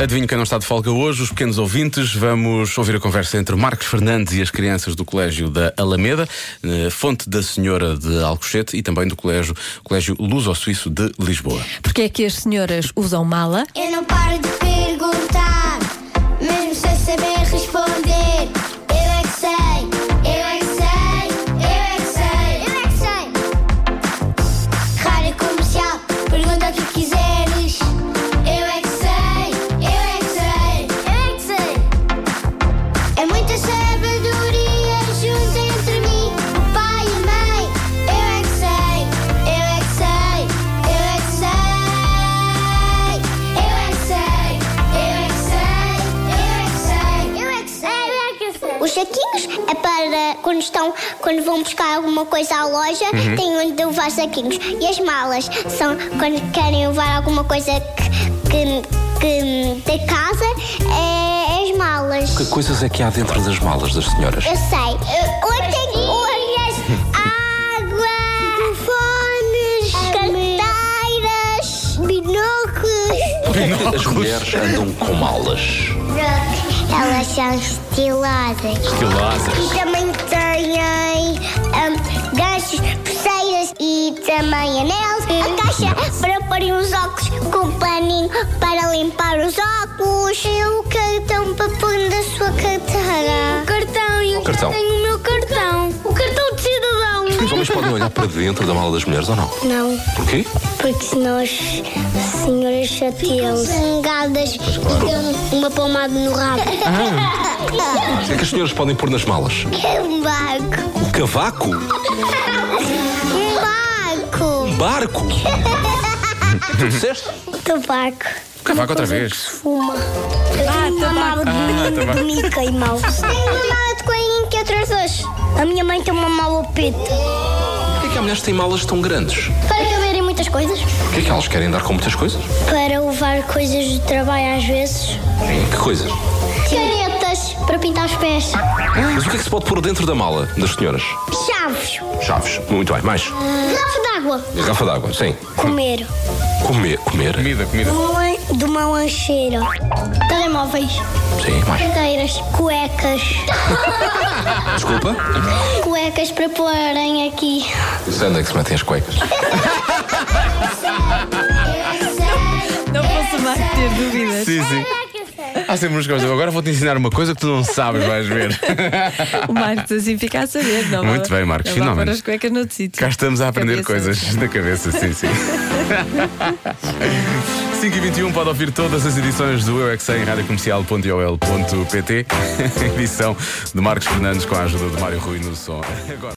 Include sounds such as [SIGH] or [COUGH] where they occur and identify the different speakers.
Speaker 1: Adivinho quem não está de folga hoje, os pequenos ouvintes. Vamos ouvir a conversa entre Marcos Fernandes e as crianças do Colégio da Alameda, eh, fonte da Senhora de Alcochete e também do Colégio, colégio Luso-Suíço de Lisboa.
Speaker 2: Porque é que as senhoras usam mala?
Speaker 3: Eu não paro de perguntar, mesmo sem saber responder. Eu é que sei, eu é que sei, eu é que sei, eu é que sei. Rádio comercial, pergunta o que quiseres. Eu é que sei, eu é que sei, eu é que sei. É muita sabedoria junto entre mim, o pai e a mãe. Eu é que sei, eu é que sei, eu é que sei. Eu é que sei, eu é que sei, eu é que sei, eu é que sei.
Speaker 4: Os saquinhos é para quando estão, quando vão buscar alguma coisa à loja, têm onde levar saquinhos. E as malas são quando querem levar alguma coisa que, que, que- da casa, é as malas.
Speaker 5: Que coisas é que há dentro das malas das senhoras?
Speaker 4: Eu sei. Ontem, olhas, água, telefones, carteiras, binóculos.
Speaker 5: As mulheres andam com malas.
Speaker 4: Elas são estilosas.
Speaker 5: Estilosas.
Speaker 4: E também têm hum, ganchos, pulseiras e também anéis. A caixa para pôr os óculos com um paninho para limpar os óculos. E o cartão para pôr na sua carteira. O cartão e o
Speaker 5: Cartão. tenho
Speaker 4: o meu cartão. O cartão de cidadão.
Speaker 5: Os homens podem olhar para dentro da mala das mulheres ou não?
Speaker 4: Não.
Speaker 5: Porquê?
Speaker 4: Porque senão as senhoras chateiam zangadas e dão uma palmada no rabo. [LAUGHS]
Speaker 5: O que é que as senhoras podem pôr nas malas?
Speaker 4: É um barco.
Speaker 5: O cavaco?
Speaker 4: Um barco.
Speaker 5: Barco? Tu disseste?
Speaker 4: Tabaco.
Speaker 1: Cavaco outra vez.
Speaker 4: Fuma. Ah, tabaco.
Speaker 1: tabaco.
Speaker 4: de Mickey Mouse. Tem uma mala de coelhinho que eu trouxe hoje. A minha mãe tem uma mala peta.
Speaker 5: Porquê é que há mulheres que têm malas tão grandes?
Speaker 4: Para caberem muitas coisas.
Speaker 5: Porquê é que elas querem andar com muitas coisas?
Speaker 4: Para levar coisas do trabalho às vezes.
Speaker 5: Que coisas?
Speaker 4: Canetas para pintar os pés.
Speaker 5: Mas o que é que se pode pôr dentro da mala das senhoras?
Speaker 4: Chaves.
Speaker 5: Chaves. Muito bem. Mais?
Speaker 4: Ah. Garrafa d'água.
Speaker 5: Garrafa d'água. Sim.
Speaker 4: Comer.
Speaker 5: Comer. Comer?
Speaker 1: Comida, comida.
Speaker 4: Uma lan- de uma lancheira. Telemóveis.
Speaker 5: Sim. Mais?
Speaker 4: Cadeiras. Cuecas.
Speaker 5: Desculpa?
Speaker 4: Cuecas para porem aqui.
Speaker 5: Isso é onde é que se metem as cuecas?
Speaker 2: Não posso mais ter dúvidas.
Speaker 1: Sim, sim. Há sempre uns gostos. Agora vou-te ensinar uma coisa que tu não sabes, vais ver.
Speaker 2: O Marcos assim fica a saber, não
Speaker 1: Muito
Speaker 2: vai-
Speaker 1: bem, Marcos,
Speaker 2: não vai
Speaker 1: finalmente.
Speaker 2: pôr as cuecas noutro sítio.
Speaker 1: Cá estamos a aprender
Speaker 2: Cabeça.
Speaker 1: coisas na cabeça, sim, sim. 5 e 21 pode ouvir todas as edições do Eu é Que Sei em [LAUGHS] radiocomercial.ol.pt Edição de Marcos Fernandes com a ajuda de Mário Rui no som. Agora-